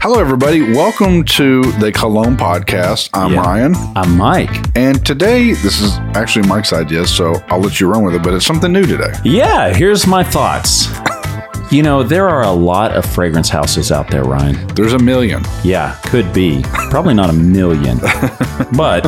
Hello, everybody. Welcome to the Cologne Podcast. I'm Yeah. Ryan. I'm Mike. And today, this is actually Mike's idea, so I'll let you run with it, but it's something new today. Yeah, here's my thoughts. You know, there are a lot of fragrance houses out there, Ryan. There's a million. Yeah, could be. Probably not a million. but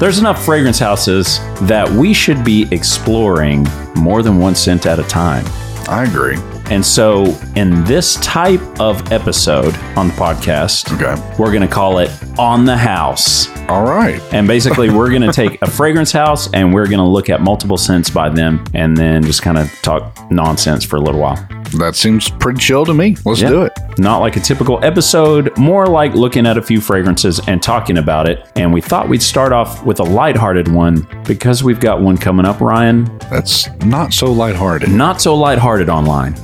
there's enough fragrance houses that we should be exploring more than one scent at a time. I agree. And so, in this type of episode on the podcast, Okay. we're going to call it On the House. All right. And basically, we're going to take a fragrance house and we're going to look at multiple scents by them and then just kind of talk nonsense for a little while. That seems pretty chill to me. Let's do it. Not like a typical episode, more like looking at a few fragrances and talking about it. And we thought we'd start off with a lighthearted one because we've got one coming up, Ryan. That's not so lighthearted. Not so lighthearted online.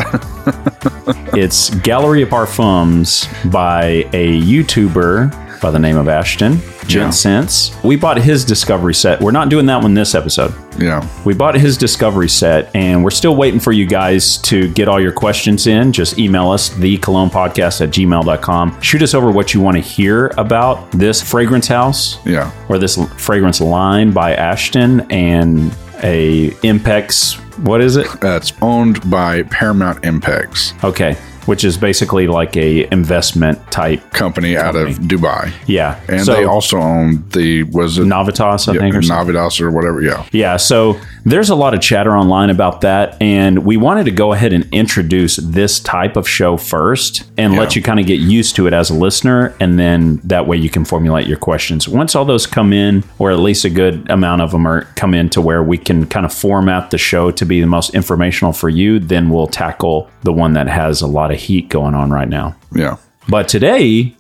it's Gallery of Parfums by a YouTuber by the name of Ashton, Yeah. Gent Sense. We bought his discovery set. We're not doing that one this episode. Yeah. We bought his discovery set, and we're still waiting for you guys to get all your questions in. Just email us, thecolognepodcast at gmail.com. Shoot us over what you want to hear about this fragrance house Yeah. or this l- fragrance line by Ashton and a Impex. What is it? That's owned by Paramount Impex Okay. Which is basically like a investment type. company out of Dubai. Yeah. And so, they also own the, was it Navitas, I think, or something. Navitas or whatever? Yeah. Yeah, so there's a lot of chatter online about that. And we wanted to go ahead and introduce this type of show first and let you kind of get used to it as a listener. And then that way you can formulate your questions. Once all those come in, or at least a good amount of them are come in to where we can kind of format the show to be the most informational for you, then we'll tackle the one that has a lot of heat going on right now. Yeah. But today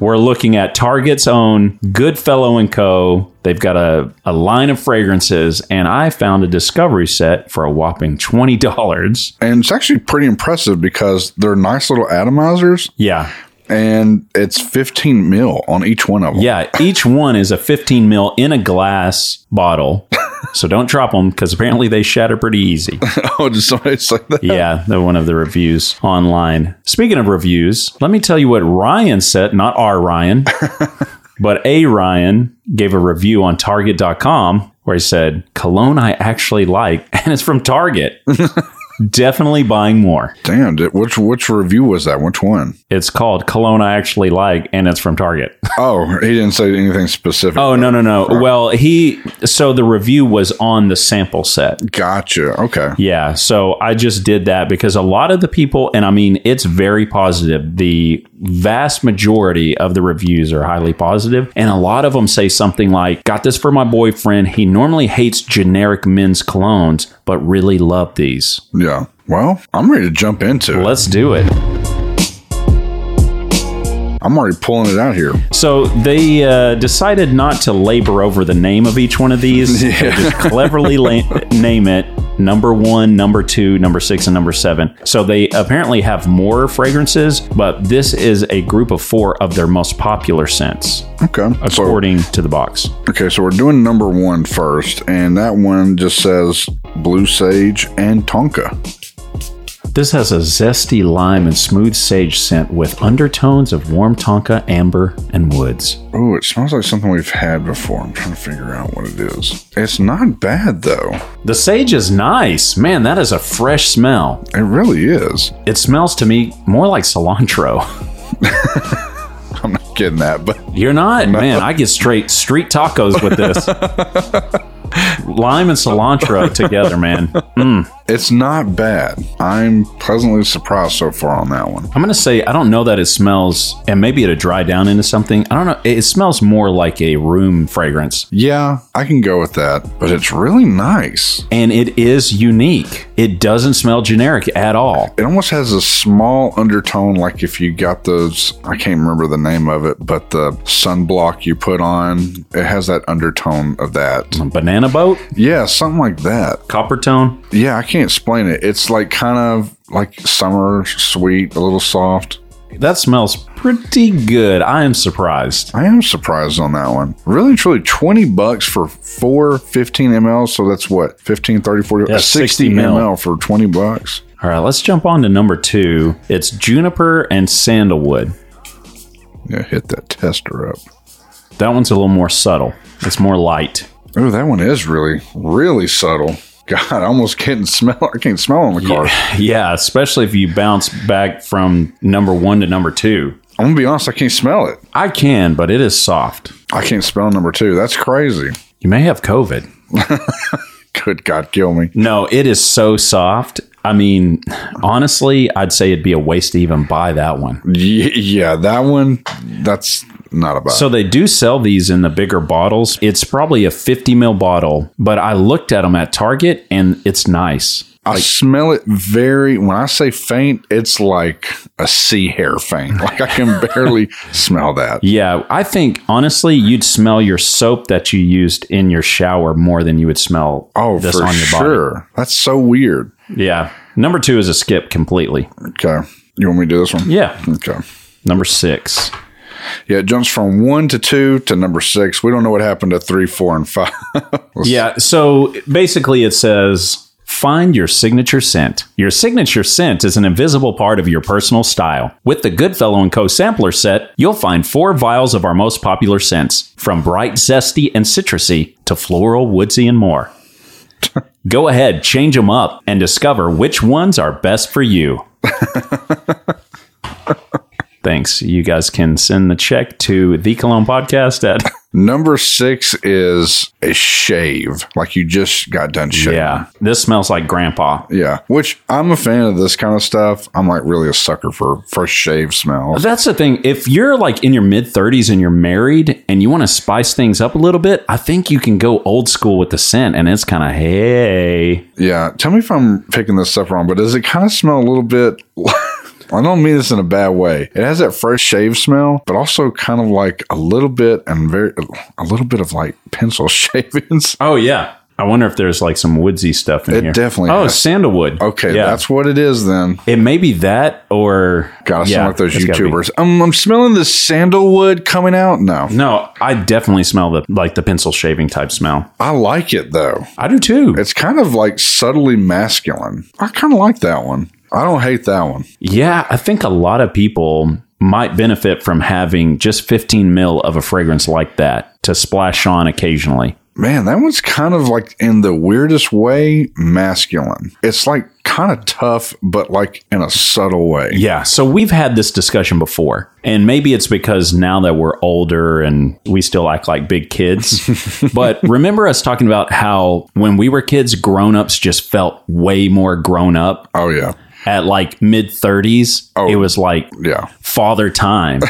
we're looking at Target's own Goodfellow and Co. They've got a, a line of fragrances, and I found a discovery set for a whopping twenty dollars. And it's actually pretty impressive because they're nice little atomizers Yeah. and it's 15 mil on each one of them. Yeah. Each one is a 15 mil in a glass bottle. So don't drop them because apparently they shatter pretty easy. oh, did somebody say that? Yeah, they're one of the reviews online. Speaking of reviews, let me tell you what Ryan said, not our Ryan, but a Ryan gave a review on Target.com where he said, Cologne I actually like, and it's from Target. Definitely buying more. Damn, did, which which review was that? Which one? It's called Cologne I actually like, and it's from Target. Oh, he didn't say anything specific. Oh, no, no, no. Well, he, so the review was on the sample set. Gotcha. Okay. Yeah, so I just did that because a lot of the people, and I mean, it's very positive. The vast majority of the reviews are highly positive, and a lot of them say something like, Got this for my boyfriend. He normally hates generic men's colognes, but really loved these. Yeah. Well, I'm ready to jump into it. Let's do it. I'm already pulling it out here. So they uh, decided not to labor over the name of each one of these. They just cleverly la- name it number one, number two, number six, and number seven. So they apparently have more fragrances, but this is a group of four of their most popular scents, Okay. So, according to the box. okay, so we're doing number one first, and that one just says blue sage and tonka. This has a zesty lime and smooth sage scent with undertones of warm tonka, amber, and woods. Oh, it smells like something we've had before. I'm trying to figure out what it is. It's not bad though. The sage is nice. Man, that is a fresh smell. It really is. It smells to me more like cilantro. I'm not getting that, but You're not, man. I get straight street tacos with this. Lime and cilantro together, man. it's not bad. I'm pleasantly surprised so far on that one. I'm gonna say I don't know that it smells, and maybe it'll dry down into something. I don't know. It, it smells more like a room fragrance, Yeah, I can go with that, but it's really nice. and it is unique. It doesn't smell generic at all. It almost has a small undertone, like if you got those, I can't remember the name of it, but the sunblock you put on, it has that undertone of that. Banana boat, Yeah, something like that. copper tone. Yeah, I can't explain it. It's like kind of like summer sweet, a little soft. That smells pretty good. I am surprised. I am surprised on that one. Really, truly, 20 bucks for four 15 ml. So that's what, 15, 30, 40, Yeah, 60 60 mil. ml for 20 bucks. All right, let's jump on to number two. It's juniper and sandalwood. Yeah, hit that tester up. That one's a little more subtle. It's more light. Oh, that one is really, really subtle. God, I almost can't smell. I can't smell on the car. Yeah, especially if you bounce back from number one to number two. I'm gonna be honest. I can't smell it. I can, but it is soft. I can't smell number two. That's crazy. You may have COVID. Good God, kill me. No, it is so soft. I mean, honestly, I'd say it'd be a waste to even buy that one. Ye- Yeah, that one. That's not about. So they do sell these in the bigger bottles. It's probably a 50 mil bottle, but I looked at them at Target and it's nice. I smell it very. When I say faint, it's like a sea hair faint. Like I can barely smell that. Yeah, I think honestly, you'd smell your soap that you used in your shower more than you would smell Oh, this for on your body. sure. That's so weird. Yeah. Number two is a skip completely. Okay, you want me to do this one? Yeah. Okay. Number six. Yeah, it jumps from one to two to number six. We don't know what happened to three, four, and five. Yeah. So basically, it says find your signature scent. Your signature scent is an invisible part of your personal style. With the Goodfellow and Co. sampler set, you'll find four vials of our most popular scents, from bright, zesty, and citrusy to floral, woodsy, and more. Go ahead, change them up, and discover which ones are best for you. Thanks. You guys can send the check to the Cologne Podcast at. Number six is a shave, like you just got done shaving. Yeah, this smells like grandpa. Yeah, which I'm a fan of this kind of stuff. I'm like really a sucker for fresh shave smell. That's the thing. If you're like in your mid 30s and you're married and you want to spice things up a little bit, I think you can go old school with the scent and it's kind of, hey. Yeah, tell me if I'm picking this up wrong, but does it kind of smell a little bit? I don't mean this in a bad way. It has that fresh shave smell, but also kind of like a little bit and very a little bit of like pencil shavings. Oh, yeah. I wonder if there's like some woodsy stuff in It here. definitely Oh, has. sandalwood. Okay, Yeah. that's what it is then. it may be that or. God, I Yeah, sound like those it's gotta be. YouTubers. Um, I'm smelling the sandalwood coming out. No, No, I definitely smell the like the pencil shaving type smell. I like it though. I do too. It's kind of like subtly masculine. I kind of like that one. I don't hate that one. Yeah, I think a lot of people might benefit from having just 15 mil of a fragrance like that to splash on occasionally. Man, that one's kind of like in the weirdest way masculine. It's like kind of tough, but like in a subtle way. Yeah. So we've had this discussion before, and maybe it's because now that we're older and we still act like big kids. but remember us talking about how when we were kids, grown ups just felt way more grown up Oh, yeah. at like mid 30s. It was like Yeah. father time.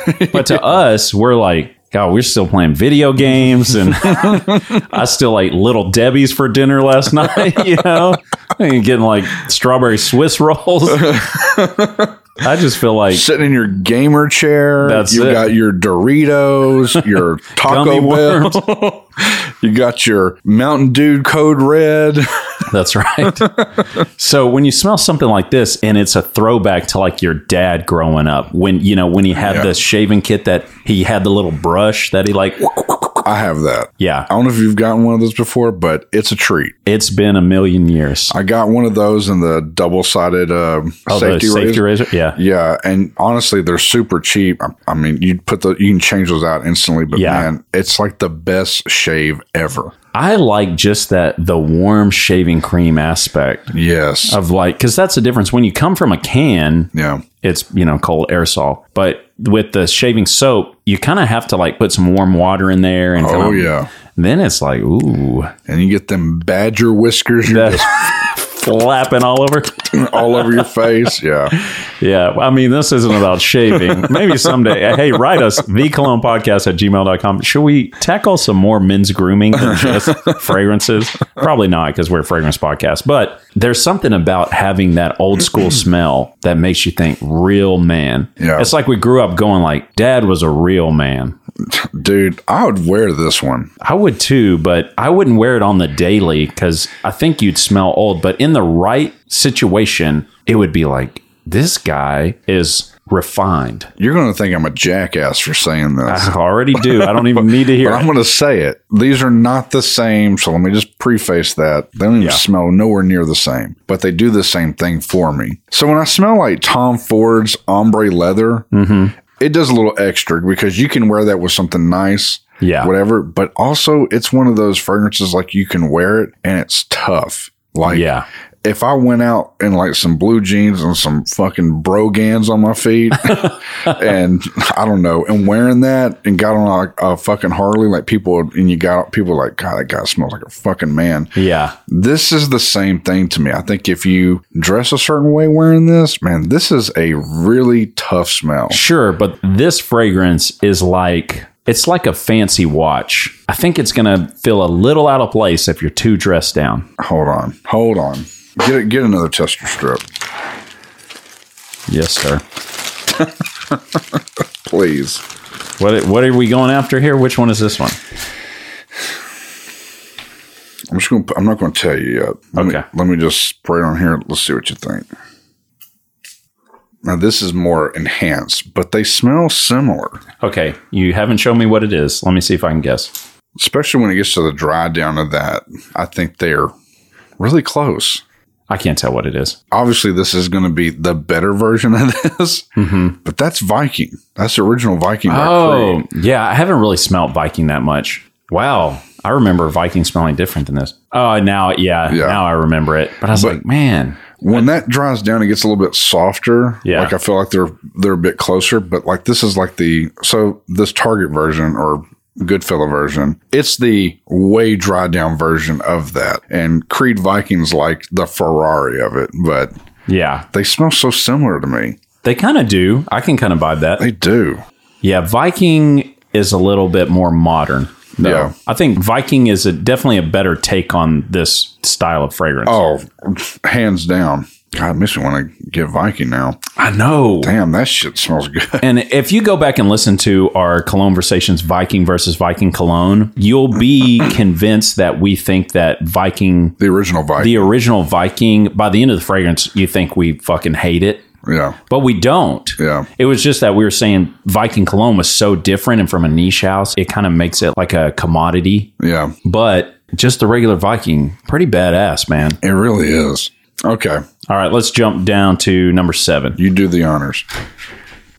But to us, we're like, God, we're still playing video games, and I still ate little Debbie's for dinner last night. You know, and getting like strawberry Swiss rolls. I just feel like Sitting in your gamer chair. That's you it. got your Doritos, your Taco gummy Bell. worms. You got your Mountain Dew Code Red. That's right. so when you smell something like this, and it's a throwback to like your dad growing up, when you know when he had Yeah. the shaving kit that he had the little brush that he like. I have that. Yeah, I don't know if you've gotten one of those before, but it's a treat. it's been a million years. I got one of those in the double sided uh, Oh, the safety, razor. safety razor. Yeah. Yeah, and honestly, they're super cheap. I, I mean, you put the you can change those out instantly, but Yeah. man, it's like the best shave ever. I like just that the warm shaving cream aspect Yes, of like because that's the difference when you come from a can yeah, it's you know cold aerosol but with the shaving soap you kind of have to like put some warm water in there and oh kinda- yeah, then it's like ooh and you get them badger whiskers you're that flapping all over just all over your face. Yeah, yeah i mean this isn't about shaving maybe someday hey write us the cologne podcast at gmail.com should we tackle some more men's grooming than just fragrances probably not because we're a fragrance podcast but there's something about having that old school smell that makes you think real man Yeah. it's like we grew up going like dad was a real man dude, I would wear this one. I would too, but I wouldn't wear it on the daily because I think you'd smell old. But in the right situation, it would be like, this guy is refined. You're going to think I'm a jackass for saying this. I already do. I don't even need to hear But I'm it. going to say it. These are not the same. So let me just preface that. They don't even Yeah. smell nowhere near the same, but they do the same thing for me. So when I smell like Tom Ford's ombre leather, Mm-hmm. it does a little extra because you can wear that with something nice. Yeah. Whatever. But also, it's one of those fragrances like you can wear it and it's tough. Like, Yeah. if I went out in like some blue jeans and some fucking brogans on my feet, and I don't know, and wearing that and got on like a fucking Harley, like people and you got people like, God, that guy smells like a fucking man. Yeah. This is the same thing to me. I think if you dress a certain way wearing this, man, this is a really tough smell. Sure, but this fragrance is like it's like a fancy watch. I think it's gonna feel a little out of place if you're too dressed down. Hold on, hold on, get it, get another tester strip, Yes, sir. please. What what are we going after here? Which one is this one? I'm just gonna. I'm not gonna tell you yet. Let Me, Okay. let me just spray it on here. Let's see what you think. Now this is more enhanced, but they smell similar, Okay, you haven't shown me what it is. Let me see if I can guess. especially when it gets to the dry down of that. I think they're really close. I can't tell what it is. Obviously, this is going to be the better version of this, but that's Viking. That's the original Viking. by Creed. Mm-hmm. Oh, yeah. I haven't really smelt Viking that much. Wow. I remember Viking smelling different than this. Oh, now, yeah, Yeah. now I remember it. But I was like, man, when that dries down, it gets a little bit softer. Yeah. like I feel like they're they're a bit closer, but like this is like the so this Target version or Goodfellow version, it's the way dried down version of that, and Creed Vikings like the Ferrari of it, but yeah, they smell so similar to me. they kind of do. I can kind of vibe that. They do. Yeah, Viking is a little bit more modern. Though. Yeah. I think Viking is a, definitely a better take on this style of fragrance. Oh, hands down. God, it makes me want to get Viking now. I know. Damn, that shit smells good. And if you go back and listen to our Cologne Versations Viking versus Viking Cologne, you'll be convinced that we think that Viking, The original Viking. the original Viking, by the end of the fragrance, you think we fucking hate it, yeah, but we don't. yeah. It was just that we were saying Viking Cologne was so different and from a niche house, it kind of makes it like a commodity Yeah. but just the regular Viking, pretty badass, man. It really is. Okay. All right, let's jump down to number seven You do the honors.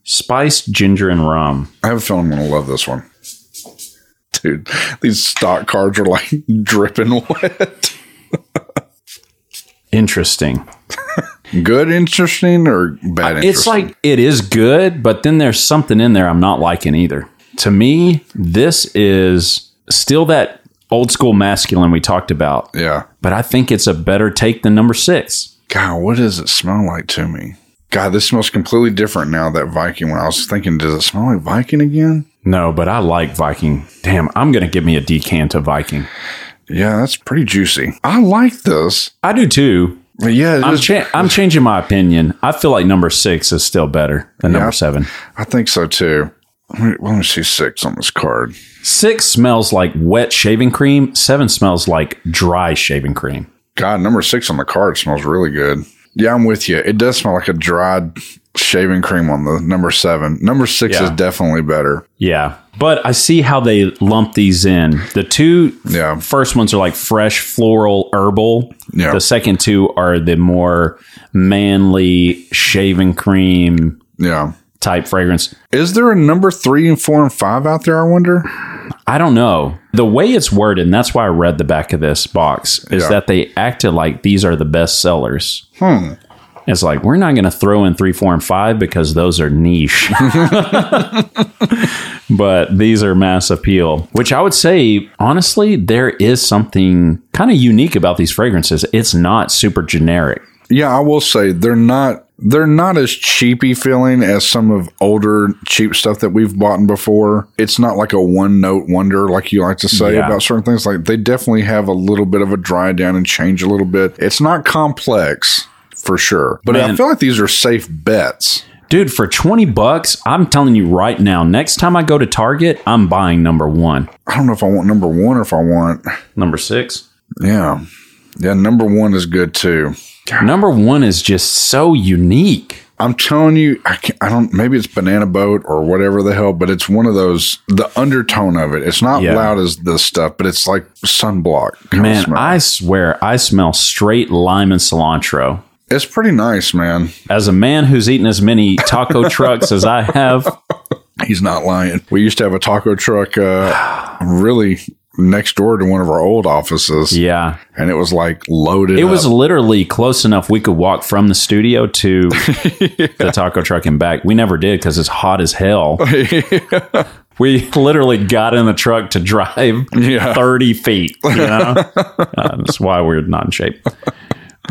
spiced ginger and rum. I have a feeling I'm going to love this one. Dude, these stock cards are like dripping wet. Interesting. Good, interesting, or bad, interesting? It's like it is good, but then there's something in there I'm not liking either. To me, this is still that old school masculine we talked about, yeah. but I think it's a better take than number six. God, what does it smell like to me? God, this smells completely different now. That Viking. When I was thinking, does it smell like Viking again? No, but I like Viking. Damn, I'm going to give me a decant of Viking. Yeah, that's pretty juicy. I like this. I do too. But yeah, it I'm, is- cha- I'm changing my opinion. I feel like number six is still better than Yeah. number seven. I think so too. Let me, let me see six on this card. Six smells like wet shaving cream. Seven smells like dry shaving cream. God, number six on the card smells really good. Yeah, I'm with you. It does smell like a dried shaving cream on the number seven. Number six Yeah. is definitely better. Yeah. But I see how they lump these in. The two f- Yeah. first ones are like fresh, floral, herbal. Yeah. The second two are the more manly shaving cream Yeah. type fragrance. Is there a number three and four and five out there? I wonder. I don't know. The way it's worded, and that's why I read the back of this box, is Yeah. that they acted like these are the best sellers. Hmm. It's like, we're not going to throw in three, four, and five because those are niche. but these are mass appeal, which I would say, honestly, there is something kind of unique about these fragrances. It's not super generic. Yeah, I will say they're not they're not as cheapy feeling as some of older cheap stuff that we've bought before. It's not like a one note wonder like you like to say Yeah. about certain things. Like they definitely have a little bit of a dry down and change a little bit. It's not complex for sure, but I Man. feel like these are safe bets. Dude, for 20 bucks, I'm telling you right now, next time I go to Target, I'm buying number one. I don't know if I want number one or if I want Number six. yeah yeah number one is good too. Number one is just so unique. I'm telling you, I, can't, I don't. Maybe it's Banana Boat or whatever the hell, but it's one of those. The undertone of it, it's not Yeah. loud as this stuff, but it's like sunblock. kinda Man, smell. I swear I smell straight lime and cilantro. it's pretty nice, man. As a man who's eaten as many taco trucks as I have, He's not lying. We used to have a taco truck, uh, really next door to one of our old offices, yeah. and it was like loaded. It up. was literally close enough we could walk from the studio to the taco truck and back. We never did because it's hot as hell. We literally got in the truck to drive Yeah. 30 feet. You know? Uh, that's why we're not in shape.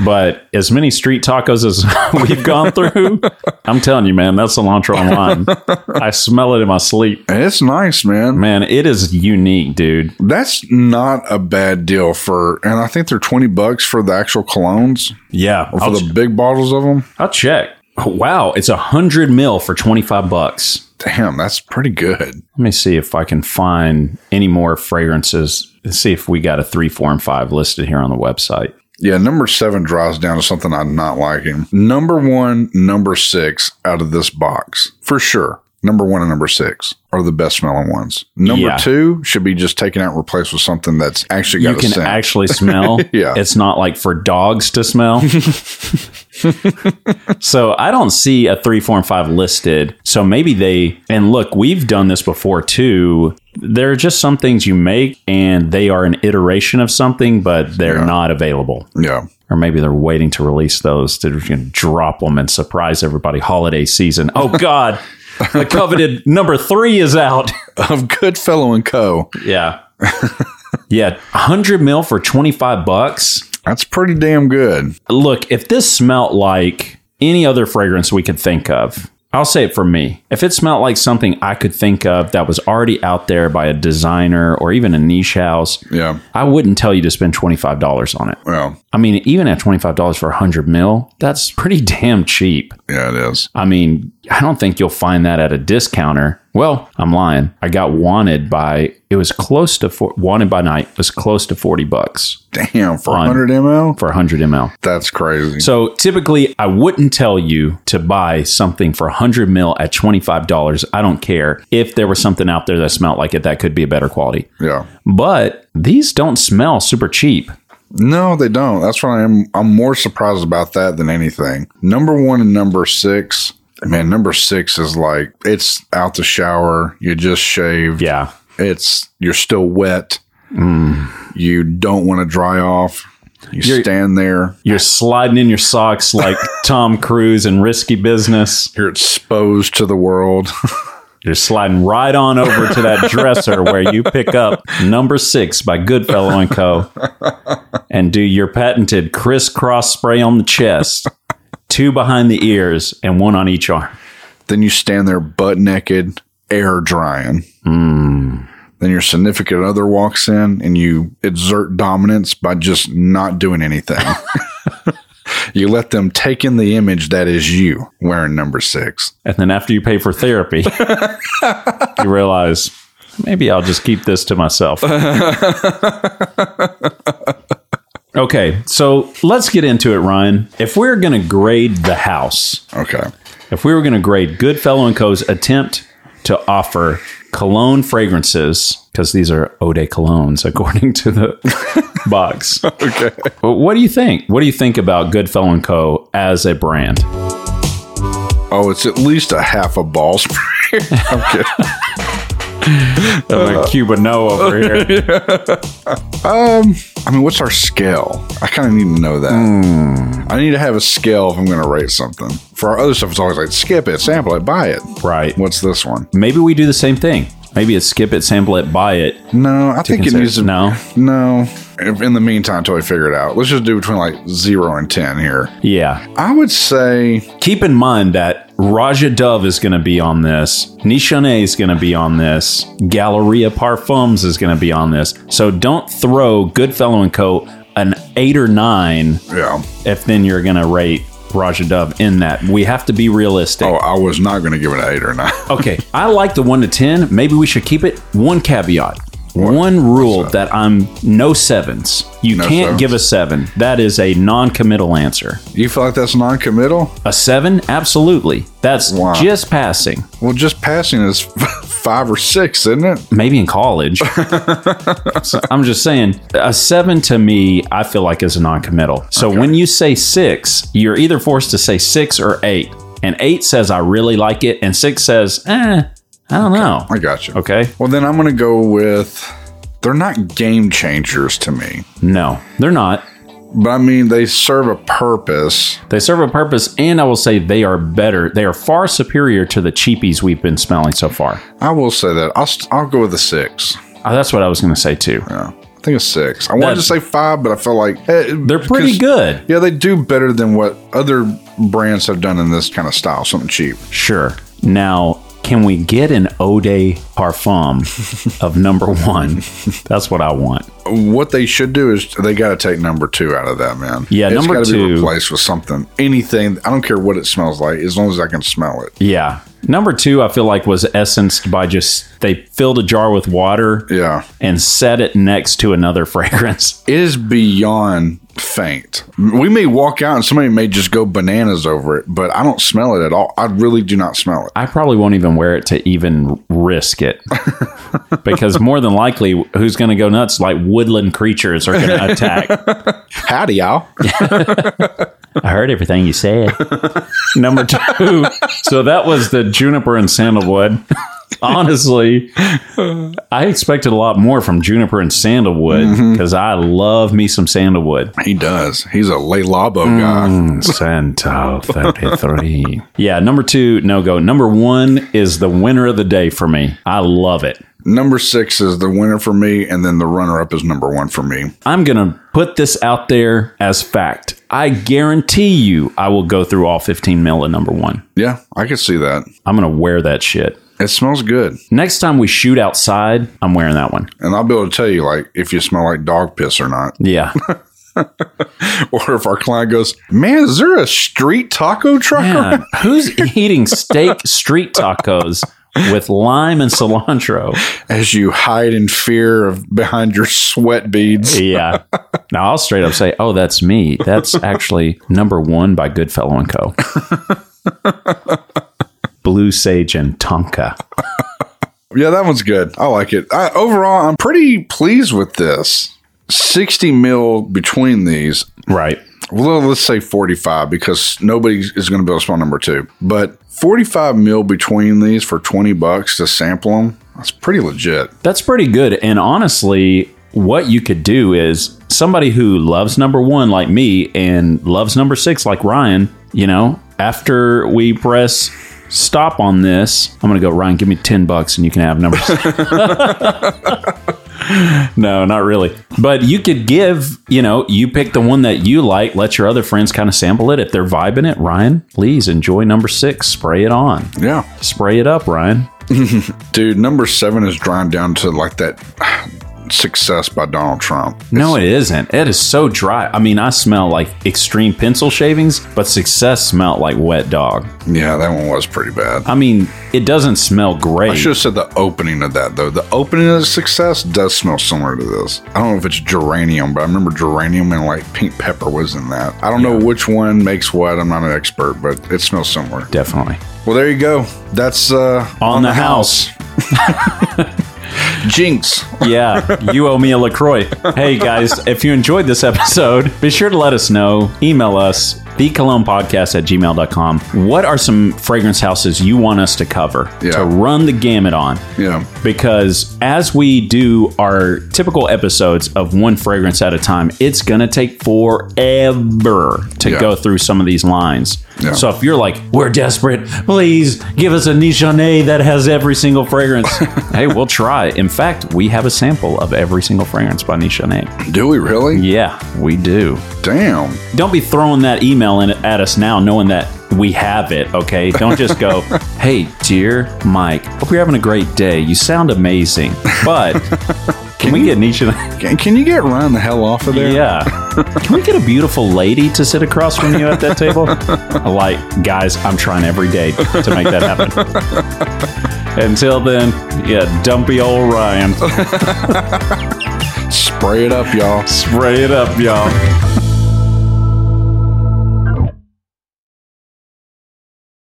But as many street tacos as we've gone through, I'm telling you, man, that's cilantro online. I smell it in my sleep. And it's nice, man. Man, it is unique, dude. That's not a bad deal for, and I think they're twenty bucks for the actual colognes Yeah. for I'll, the big bottles of them. I'll check. Wow, it's a hundred mil for twenty five bucks. Damn, that's pretty good. Let me see if I can find any more fragrances. Let's see if we got a three, four, and five listed here on the website. Yeah, number seven draws down to something I'm not liking. Number one, number six out of this box, for sure. Number one and number six are the best smelling ones. Number Yeah. two should be just taken out and replaced with something that's actually got You a can scent. actually smell. Yeah. It's not like for dogs to smell. so I don't see a three, four, and five listed. So maybe they, and look, we've done this before too. There are just some things you make and they are an iteration of something, but they're not available. yeah. or maybe they're waiting to release those to you know, drop them and surprise everybody holiday season. Oh God, the coveted number three is out. Of Goodfellow and Co. Yeah, yeah, hundred mil for twenty five bucks. That's pretty damn good. Look, if this smelt like any other fragrance we could think of. I'll say it for me. If it smelled like something I could think of that was already out there by a designer or even a niche house, Yeah. I wouldn't tell you to spend $25 on it. Well, I mean, even at $25 for 100 mil, that's pretty damn cheap. yeah, it is. I mean, I don't think you'll find that at a discounter. Well, I'm lying. I got wanted by it was close to four, wanted by night was close to 40 bucks Damn, for 100 ml? for 100 ml. That's crazy. So typically, I wouldn't tell you to buy something for 100 mil at $25. I don't care if there was something out there that smelled like it that could be a better quality. yeah. But these don't smell super cheap. No, they don't. That's what I'm. I'm more surprised about that than anything. Number one and number six. Man, number six is like it's out the shower. You just shaved. Yeah. It's you're still wet. You don't want to dry off. You stand there. You're sliding in your socks like Tom Cruise in Risky Business. You're exposed to the world. You're sliding right on over to that dresser where you pick up number six by Goodfellow and Co. and do your patented crisscross spray on the chest, two behind the ears, and one on each arm. then you stand there butt naked, air drying. Then your significant other walks in and you exert dominance by just not doing anything. you let them take in the image that is you wearing number six. And then after you pay for therapy, you realize maybe I'll just keep this to myself. Okay, so let's get into it, Ryan. If we're going to grade the house, Okay. If we were going to grade Goodfellow & Co.'s attempt to offer cologne fragrances, because these are eau de colognes according to the box. Okay. But what do you think? What do you think about Goodfellow & Co. as a brand? Oh, it's at least a half a ball spray. I'm kidding. Uh, Cuba No over here. I mean, what's our scale? I kind of need to know that. I need to have a scale if I'm going to rate something. For our other stuff, it's always like skip it, sample it, buy it. right. What's this one? Maybe we do the same thing. Maybe it's skip it, sample it, buy it. No, I think it consider- needs to no? No. If- In the meantime, until we figure it out, let's just do between like zero and ten here. Yeah. I would say Keep in mind that Raja Dove is going to be on this. Nishane is going to be on this. Galleria Parfums is going to be on this. So don't throw Goodfellow and Co. an eight or nine yeah. if then you're going to rate Raja Dove in that. We have to be realistic. Oh, I was not going to give it an eight or nine. Okay, I like the one to ten. Maybe we should keep it one caveat. one rule that I'm no sevens. You No can't sevens. give a seven. That is a non committal answer. You feel like that's non-committal? A seven? Absolutely. That's Wow. just passing. Well, just passing is five or six, isn't it? Maybe in college. So I'm just saying, a seven to me, I feel like is a non committal. So when you say six, you're either forced to say six or eight. And eight says, I really like it. And six says, eh, I don't know. I got you. Okay. Well, then I'm going to go with. They're not game changers to me, No, they're not. but I mean they serve a purpose. They serve a purpose, and I will say they are better. They are far superior to the cheapies we've been smelling so far. I will say that. I'll st- I'll go with a six. Uh, that's what I was going to say too. Yeah, I think a six. I wanted to That's- say five, but I feel like eh, They're pretty because- good. Yeah, they do better than what other brands have done in this kind of style. Something cheap. Sure. Now, can we get an Eau de Parfum of number one? That's what I want. What they should do is they got to take number two out of that, man. Yeah, It's number gotta two- be replaced with something, anything. I don't care what it smells like, as long as I can smell it. Yeah. Number two, I feel like was essenced by just they filled a jar with water Yeah, and set it next to another fragrance. it is beyond faint. We may walk out and somebody may just go bananas over it, but I don't smell it at all. I really do not smell it. I probably won't even wear it to even risk it because more than likely, who's going to go nuts? Like woodland creatures are going to attack. Howdy, y'all. I heard everything you said. Number two. So that was the juniper and sandalwood. Honestly, I expected a lot more from juniper and sandalwood because I love me some sandalwood. he does. He's a lay labo Mm. guy. Santa 33. Yeah, number two, no go. Number one is the winner of the day for me. I love it. Number six is the winner for me, and then the runner up is number one for me. I'm going to put this out there as fact. I guarantee you I will go through all 15 mil at number one. Yeah, I could see that. I'm going to wear that shit. It smells good. Next time we shoot outside, I'm wearing that one. And I'll be able to tell you, like, if you smell like dog piss or not. Yeah. Or if our client goes, man, is there a street taco trucker? Man, Um, who's eating steak street tacos with lime and cilantro? As you hide in fear of behind your sweat beads. Yeah. Now I'll straight up say, oh, that's me. That's actually number one by Goodfellow and Co. Blue Sage and Tonka. Yeah, that one's good. I like it. I, overall, I'm pretty pleased with this. 60 mil between these. Right. Well, let's say 45 because nobody is going to be able to smell number two. But 45 mil between these for 20 bucks to sample them, that's pretty legit. That's pretty good. And honestly, what you could do is somebody who loves number one like me and loves number six like Ryan, you know, after we press stop on this, I'm going to go, Ryan, give me 10 bucks and you can have number six. no, not really. But you could give, you know, you pick the one that you like, let your other friends kind of sample it. If they're vibing it, Ryan, please enjoy number six. Spray it on. Yeah. Spray it up, Ryan. Dude, number seven is drawn down to like that success by Donald Trump. No, it isn't. It is so dry. I mean, I smell like extreme pencil shavings, but success smelled like wet dog. Yeah, that one was pretty bad. I mean, it doesn't smell great. I should have said the opening of that though. The opening of success does smell similar to this. I don't know if it's geranium, but I remember geranium and like pink pepper was in that. I don't know which one makes what. I'm not an expert, but it smells similar. Definitely. Well, there you go. That's uh, On the house. house. Jinx. Yeah, you owe me a LaCroix. Hey, guys, if you enjoyed this episode, be sure to let us know. Email us, thecolognepodcast at gmail.com. What are some fragrance houses you want us to cover, Yeah. to run the gamut on? Yeah. because as we do our typical episodes of one fragrance at a time, it's going to take forever to Yeah. go through some of these lines. Yeah. So if you're like, we're desperate, please give us a Nichonne that has every single fragrance. hey, we'll try. In fact, we have a sample of every single fragrance by Nichonne. Do we really? Yeah, we do. Damn. Don't be throwing that email in at us now, knowing that we have it. Okay, don't just go, "Hey, dear Mike, hope you're having a great day. You sound amazing." But can, we get Nietzsche? Can, can you get Ryan the hell off of there? yeah, can we get a beautiful lady to sit across from you at that table? like, guys, I'm trying every day to make that happen. Until then, yeah, dumpy old Ryan. Spray it up, y'all. Spray it up, y'all.